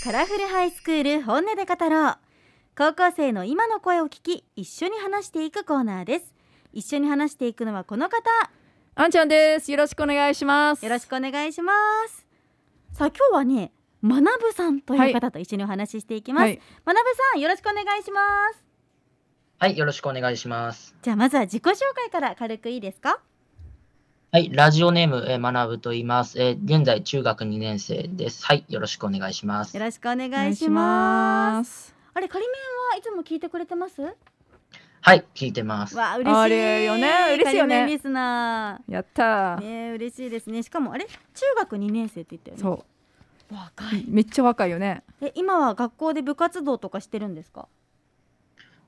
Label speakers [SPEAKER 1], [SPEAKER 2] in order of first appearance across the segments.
[SPEAKER 1] カラフルハイスクール本音で語ろう高校生の今の声を聞き一緒に話していくコーナーです一緒に話していくのはこの方
[SPEAKER 2] あんちゃんです。よろしくお願いします。
[SPEAKER 1] よろしくお願いしますさあ今日はね学ぶさんという方と一緒にお話ししていきます、
[SPEAKER 2] はい。
[SPEAKER 1] 学ぶさんよろしくお願いします
[SPEAKER 3] はい、よろしくお願いします。
[SPEAKER 1] じゃあまずは自己紹介から軽くいいですか
[SPEAKER 3] はい、ラジオネーム、えー、学ぶと言います。えー現在、中学2年生です。はい、よろしくお願いします
[SPEAKER 1] よ。ろしくお願
[SPEAKER 2] お願
[SPEAKER 1] い
[SPEAKER 2] い
[SPEAKER 1] し
[SPEAKER 2] し
[SPEAKER 1] ます
[SPEAKER 2] ます。
[SPEAKER 1] あれ仮面はいつも聞いてくれてますわ
[SPEAKER 3] はい、聞いてます。
[SPEAKER 1] あ嬉しい
[SPEAKER 2] あれよね嬉しいよね
[SPEAKER 1] 仮面リスナ
[SPEAKER 2] やった
[SPEAKER 1] ー
[SPEAKER 2] ー。
[SPEAKER 1] ね嬉しいですねしかもあれ中学2年生って言ったよね
[SPEAKER 2] そう
[SPEAKER 1] 若い
[SPEAKER 2] めっちゃ若いよね。
[SPEAKER 1] え今は学校で部活動とかしてるんですか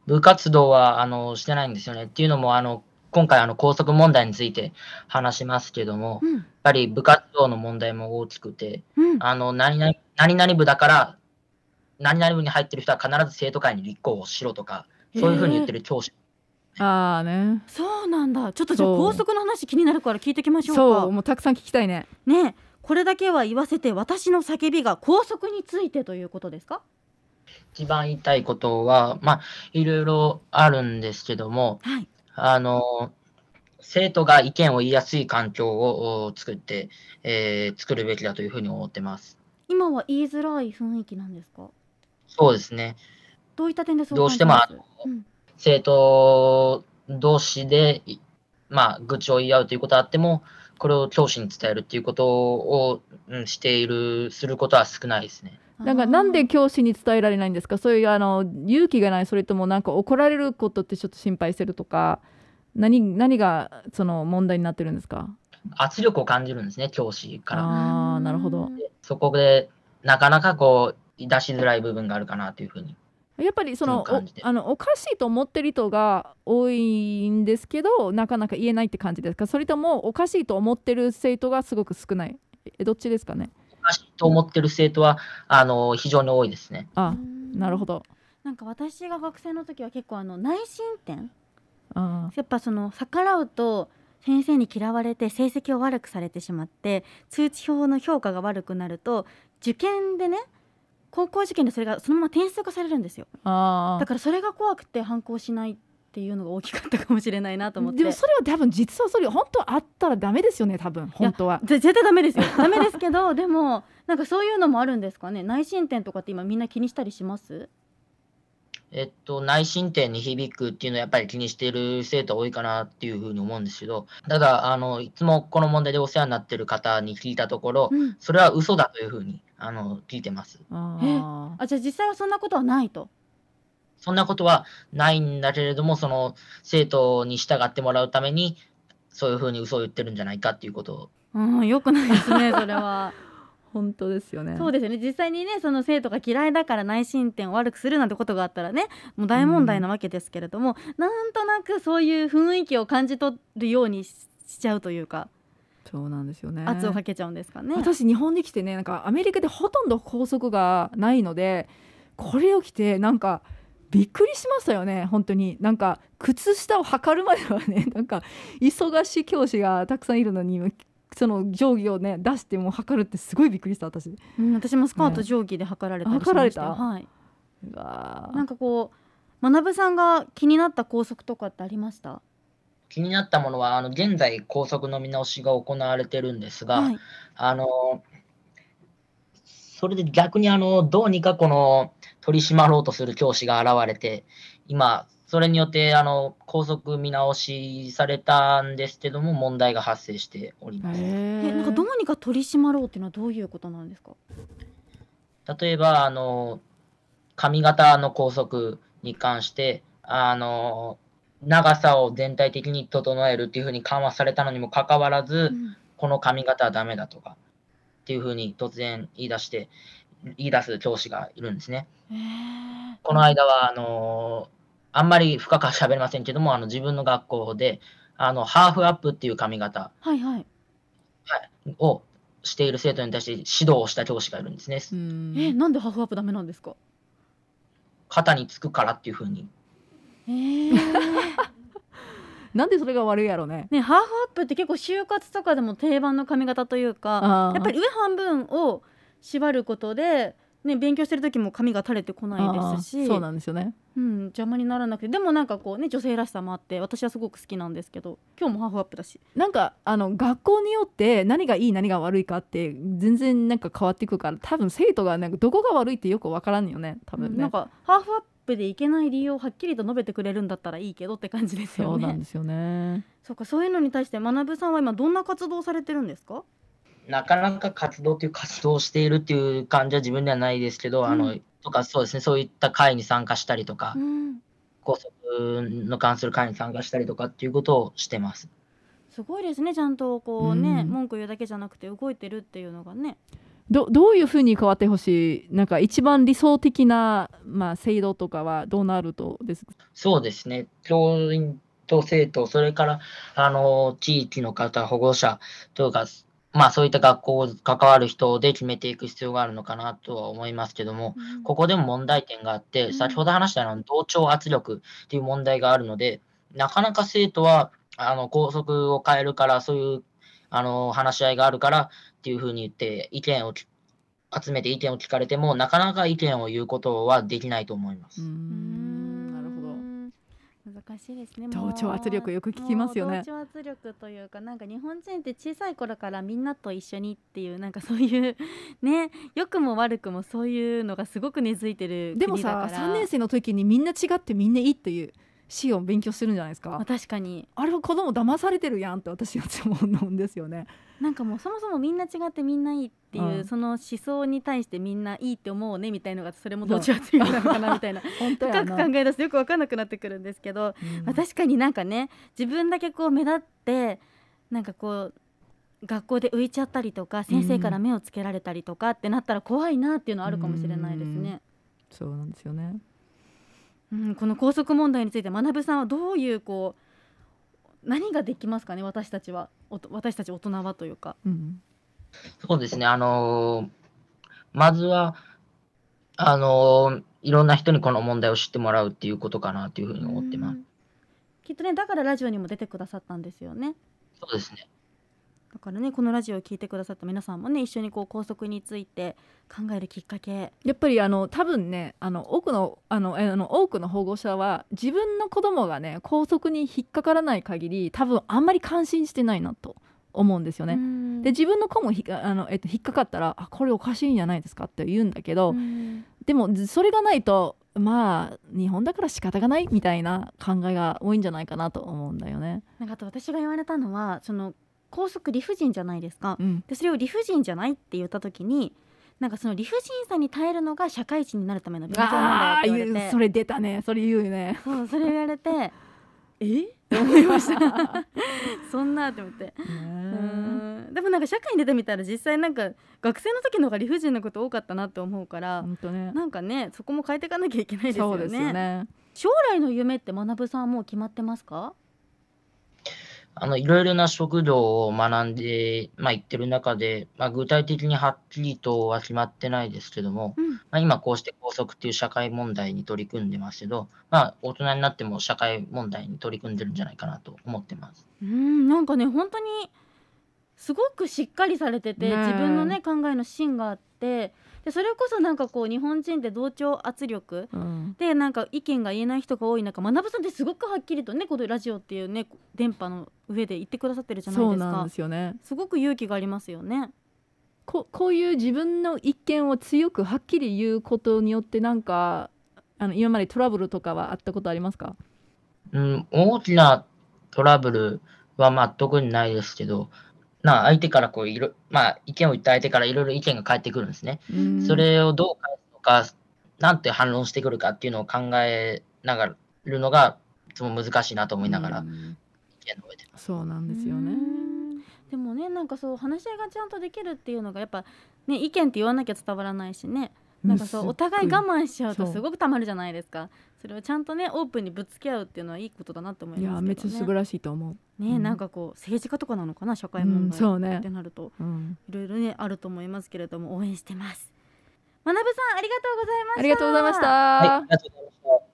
[SPEAKER 3] 部活動は、あの、してないんですよね。っていうのも、あの、今回、あの、校則問題について話しますけども、やっ
[SPEAKER 1] うん
[SPEAKER 3] ぱり部活動の問題も大きくて、
[SPEAKER 1] うん
[SPEAKER 3] あの、何々、何々部だから、何々部に入ってる人は必ず生徒会に立候補しろとか、そういうふうに言ってる教師。
[SPEAKER 2] ああね。
[SPEAKER 1] そうなんだちょっとじゃあ
[SPEAKER 2] そう
[SPEAKER 1] 校則の話気になるから聞いてきまし
[SPEAKER 2] そ
[SPEAKER 1] ょ
[SPEAKER 2] う、
[SPEAKER 1] うか
[SPEAKER 2] もうたくさん聞きたいね。
[SPEAKER 1] ねえこれだけは言わせて私の叫びが校則についてということですか
[SPEAKER 3] 一番言いたいことは、まあ、いろいろあるんですけども、
[SPEAKER 1] はい
[SPEAKER 3] あの、生徒が意見を言いやすい環境をお作って、えー作るべきだというふうに思ってます。
[SPEAKER 1] 今は言いづらい雰囲気なんですか
[SPEAKER 3] そうですね。
[SPEAKER 1] どういった点でそう
[SPEAKER 3] どうしても
[SPEAKER 1] 感じますうん
[SPEAKER 3] 生徒同士で、いまあ、愚痴を言い合うということはあっても、これを教師に伝えるということを、うん、している、することは少ないですね。
[SPEAKER 2] なんかなんで教師に伝えられないんですか。そういうあの勇気がない、それともなんか怒られることってちょっと心配してるとか。何何がその問題になってるんですか。
[SPEAKER 3] 圧力を感じるんですね、教師から。
[SPEAKER 2] ああなるほど。
[SPEAKER 3] そこで、なかなかこう、出しづらい部分があるかなというふうに。
[SPEAKER 2] やっぱりその
[SPEAKER 3] そう感じて
[SPEAKER 2] おあのおかしいと思ってる人が多いんですけどなかなか言えないって感じですかそれともおかしいと思ってる生徒がすごく少ないえどっちですかね
[SPEAKER 3] おかしいと思ってる生徒は、あの、非常に多いですね。
[SPEAKER 2] あなるほ
[SPEAKER 1] ど
[SPEAKER 2] ど
[SPEAKER 1] なんか私が学生の時は結構あの内申点
[SPEAKER 2] あ
[SPEAKER 1] やっぱその逆らうと先生に嫌われて成績を悪くされてしまって通知表の評価が悪くなると受験でね高校受験でそれがそのまま点数化されるんですよ
[SPEAKER 2] ーあ
[SPEAKER 1] だからそれが怖くて反抗しないっていうのが大きかったかもしれないなと思っ
[SPEAKER 2] ー
[SPEAKER 1] て
[SPEAKER 2] でもそれは多分実はそれ本当はあったらダメですよね多分本当は
[SPEAKER 1] ぜ絶対ダメですよ ダメですけどでもなんかそういうのもあるんですかね内申点とかって今みんな気にしたりします
[SPEAKER 3] えっと、内申点に響くっていうのはやっぱり気にしている生徒多いかなっていうふうに思うんですけど、ただ、あの、いつもこの問題でお世話になってる方に聞いたところ、
[SPEAKER 1] うん
[SPEAKER 3] それは嘘だというふうに、あの、聞いてます。
[SPEAKER 2] あー
[SPEAKER 1] あじゃあ実際はそんなことはない と
[SPEAKER 3] そんなことはないんだけれども、その生徒に従ってもらうために、そういうふうに嘘を言ってるんじゃないかっていうことを。
[SPEAKER 1] うんよくないですねそれは
[SPEAKER 2] 本当ですよね
[SPEAKER 1] そうですよね実際にねその生徒が嫌いだから内申点を悪くするなんてことがあったらねもう大問題なわけですけれども、なんとなくそういう雰囲気を感じ取るようにししちゃうというか
[SPEAKER 2] そうなんですよね
[SPEAKER 1] 圧をかけちゃうんですかね。
[SPEAKER 2] 私日本に来てねなんかアメリカでほとんど校則がないのでこれを着てなんかびっくりしましたよね本当になんか靴下を測るまではね なんか忙しい教師がたくさんいるのにその定規をね出してもう測るってすごいびっくりした私
[SPEAKER 1] うん私もスカート定規で測られたりしましたよ、
[SPEAKER 2] ね測
[SPEAKER 1] はい、
[SPEAKER 2] うわー
[SPEAKER 1] なんかこう学さんが気になった校則とかってありました
[SPEAKER 3] 気になったものは、あの、現在、校則の見直しが行われてるんですが、
[SPEAKER 1] はい、
[SPEAKER 3] あの、それで逆にあの、どうにかこの取り締まろうとする教師が現れて、今、それによってあの、校則見直しされたんですけども、問題が発生しております。
[SPEAKER 1] え
[SPEAKER 2] え
[SPEAKER 1] なんかどうにか取り締まろうっていうのはどういうことなんですか
[SPEAKER 3] 例えば、あの、髪型の校則に関して、あの、長さを全体的に整えるっていうふうに緩和されたのにもかかわらず、
[SPEAKER 1] うん
[SPEAKER 3] この髪型はダメだとか、っていうふうに突然言い出して、言い出す教師がいるんですね。
[SPEAKER 1] えー
[SPEAKER 3] この間は、あのあんまり深くは喋りませんけども、あの自分の学校で、あの、ハーフアップっていう髪型
[SPEAKER 1] はいはい
[SPEAKER 3] をしている生徒に対して指導をした教師がいるんですね。
[SPEAKER 2] うん
[SPEAKER 1] えなんでハーフアップダメなんですか
[SPEAKER 3] 肩につくからっていうふうに。
[SPEAKER 1] えー
[SPEAKER 2] なんでそれが悪いやろうね
[SPEAKER 1] ね、ハーフアップって結構就活とかでも定番の髪型というか
[SPEAKER 2] あー
[SPEAKER 1] やっぱり上半分を縛ることでね、勉強してる時も髪が垂れてこないです
[SPEAKER 2] あ
[SPEAKER 1] し
[SPEAKER 2] ーそうなんですよね
[SPEAKER 1] うん、邪魔にならなくてでもなんかこうね女性らしさもあって私はすごく好きなんですけど今日もハーフアップだし
[SPEAKER 2] なんかあの学校によって何がいい何が悪いかって全然なんか変わっていくから多分生徒がなんかどこが悪いってよくわからんよね多分ね、
[SPEAKER 1] なんかハーフアップでいけない理由をはっきりと述べてくれるんだったらいいけどって感じです
[SPEAKER 2] そ
[SPEAKER 1] よ
[SPEAKER 2] うなん
[SPEAKER 1] ね
[SPEAKER 2] ですよね
[SPEAKER 1] そうかそういうのに対して学さんは今どんな活動をされてるんですか
[SPEAKER 3] なかなか活動という活動をしているっていう感じは自分ではないですけど、あ
[SPEAKER 1] う
[SPEAKER 3] のとかそうですねそういった会に参加したりとか、
[SPEAKER 1] うん
[SPEAKER 3] 校則の関する会に参加したりとかっていうことをしてます。
[SPEAKER 1] すごいですねちゃんとこうね、
[SPEAKER 2] うん
[SPEAKER 1] 文句言うだけじゃなくて動いてるっていうのがね
[SPEAKER 2] どどういうふうに変わってほしいなんか一番理想的な、まあ、制度とかはどうなるとです
[SPEAKER 3] そうですね。教員と生徒、それから、あの、地域の方、保護者というか、まあそういった学校、関わる人で決めていく必要があるのかなとは思いますけども、ここでも問題点があって、
[SPEAKER 1] ん
[SPEAKER 3] 先ほど話したあの同調圧力っていう問題があるので、なかなか生徒はあの校則を変えるから、そういうあの話し合いがあるからっていうふうに言って、意見をき集めて意見を聞かれても、なかなか意見を言うことはできないと思います。
[SPEAKER 2] うーんなるほど
[SPEAKER 1] ど難しいですね
[SPEAKER 2] 同調圧力よく聞きますよね
[SPEAKER 1] もう同調圧力というかなんか日本人って小さい頃からみんなと一緒にっていうなんかそういうね 良くも悪くもそういうのがすごく根付いてる
[SPEAKER 2] でも
[SPEAKER 1] 国だから
[SPEAKER 2] さ3年生の時にみんな違ってみんないいっていう詩を勉強するんじゃないです
[SPEAKER 1] まあ
[SPEAKER 2] か
[SPEAKER 1] 確かに
[SPEAKER 2] あれは子供騙されてるやんって私はいつも思うんですよね
[SPEAKER 1] なんかもうそもそもみんな違ってみんないいっていう、
[SPEAKER 2] うん
[SPEAKER 1] その思想に対してみんないいって思うねみたいのがそれも同調圧力なのかなみたいな
[SPEAKER 2] 本当や
[SPEAKER 1] 深く
[SPEAKER 2] な、
[SPEAKER 1] 考え出すとよく分かんなくなってくるんですけど
[SPEAKER 2] うん
[SPEAKER 1] まあ、確かになんかね自分だけこう目立ってなんかこう学校で浮いちゃったりとか先生から目をつけられたりとかってなったら怖いなっていうのはあるかもしれないですね。
[SPEAKER 2] そうなんですよね
[SPEAKER 1] うん、この校則問題について学さんはどういうこう何ができますかね私たちはおと私たち大人はというか。
[SPEAKER 2] うん
[SPEAKER 3] そうですね、あのーまずは、あのーいろんな人にこの問題を知ってもらうっていうことかなというふうに思ってま
[SPEAKER 1] う
[SPEAKER 3] す。
[SPEAKER 1] んきっとねだからラジオにも出てくださったんですよね。
[SPEAKER 3] そうですね。
[SPEAKER 1] だからねこのラジオを聞いてくださった皆さんもね一緒にこう校則について考えるきっかけ
[SPEAKER 2] やっぱりあの多分ねあの多くのあのえあの多くの保護者は自分の子供がね校則に引っかからない限り多分あんまり感心してないなと思うんですよね。
[SPEAKER 1] ね
[SPEAKER 2] で自分の子もひあの、えっと、引っかかったらあこれおかしいんじゃないですかって言うんだけど、でもずそれがないとまあ日本だから仕方がないみたいな考えが多いんじゃないかなと思うんだよね。
[SPEAKER 1] なんかあと私が言われたのはその高速理不尽じゃないですか
[SPEAKER 2] うん
[SPEAKER 1] でそれを理不尽じゃないって言った時になんかその理不尽さに耐えるのが社会人になるための勉強なんだよっ
[SPEAKER 2] あ
[SPEAKER 1] て
[SPEAKER 2] ー
[SPEAKER 1] 言われ
[SPEAKER 2] 言
[SPEAKER 1] て
[SPEAKER 2] うそれ出たねそれ言うよね。
[SPEAKER 1] そうそれ言われて えって思いま したそんなって思ってうんでもなんか社会に出てみたら実際なんか学生の時の方が理不尽なこと多かったなって思うから、
[SPEAKER 2] 本当ね
[SPEAKER 1] なんかねそこも変えていかなきゃいけないです
[SPEAKER 2] そ
[SPEAKER 1] よ
[SPEAKER 2] う
[SPEAKER 1] ね
[SPEAKER 2] ですよね。
[SPEAKER 1] 将来の夢って学さんはもう決まってますか
[SPEAKER 3] あのいろいろな職業を学んで、まあ、いってる中で、まあ、具体的にはっきりとは決まってないですけども、
[SPEAKER 1] うん
[SPEAKER 3] まあ、今こうして校則っていう社会問題に取り組んでますけど、まあ、大人になっても社会問題に取り組んでるんじゃないかなと思ってます。
[SPEAKER 1] うんなんかね本当にすごくしっかりされてて、
[SPEAKER 2] ねえ
[SPEAKER 1] 自分のね考えの芯があってでそれこそなんかこう日本人って同調圧力
[SPEAKER 2] うん
[SPEAKER 1] でなんか意見が言えない人が多い中学さんってすごくはっきりとねこのラジオっていうね電波の上で言ってくださってるじゃない
[SPEAKER 2] そ
[SPEAKER 1] です
[SPEAKER 2] うなん
[SPEAKER 1] か
[SPEAKER 2] ですすよね
[SPEAKER 1] ごく勇気がありますよね。
[SPEAKER 2] ここういう自分の意見を強くはっきり言うことによってなんかあの今までトラブルとかはあったことありますか
[SPEAKER 3] うん、大きなトラブルはまあ特にないですけど、な相手からこういろ、まあ、意見を言った相手からいろいろ意見が返ってくるんですね。
[SPEAKER 1] うん
[SPEAKER 3] それをどう返すのか、なんて反論してくるかっていうのを考えながらるのが、いつも難しいなと思いながら、
[SPEAKER 2] うん
[SPEAKER 3] 意見の上で。
[SPEAKER 2] そうなんですよ
[SPEAKER 1] う
[SPEAKER 2] ね
[SPEAKER 1] んでもねなんかそう話し合いがちゃんとできるっていうのがやっぱね意見って言わなきゃ伝わらないしねなんかそうお互い我慢しちゃうと
[SPEAKER 2] そう
[SPEAKER 1] すごくたまるじゃないですかそれをちゃんとねオープンにぶつけ合うっていうのはいいことだなと思い
[SPEAKER 2] いや
[SPEAKER 1] ます
[SPEAKER 2] め
[SPEAKER 1] け
[SPEAKER 2] っ
[SPEAKER 1] ど
[SPEAKER 2] ちゃ素晴
[SPEAKER 1] ね
[SPEAKER 2] らしいと思う
[SPEAKER 1] ね
[SPEAKER 2] うん
[SPEAKER 1] なんかこう政治家とかなのかな社会
[SPEAKER 2] う
[SPEAKER 1] 問
[SPEAKER 2] ん
[SPEAKER 1] 題
[SPEAKER 2] そうね
[SPEAKER 1] ってなると
[SPEAKER 2] うん
[SPEAKER 1] いろいろねあると思いますけれども応援してます学さんありがとうございました
[SPEAKER 2] ありがとうございました
[SPEAKER 3] はい、ありがとうございました。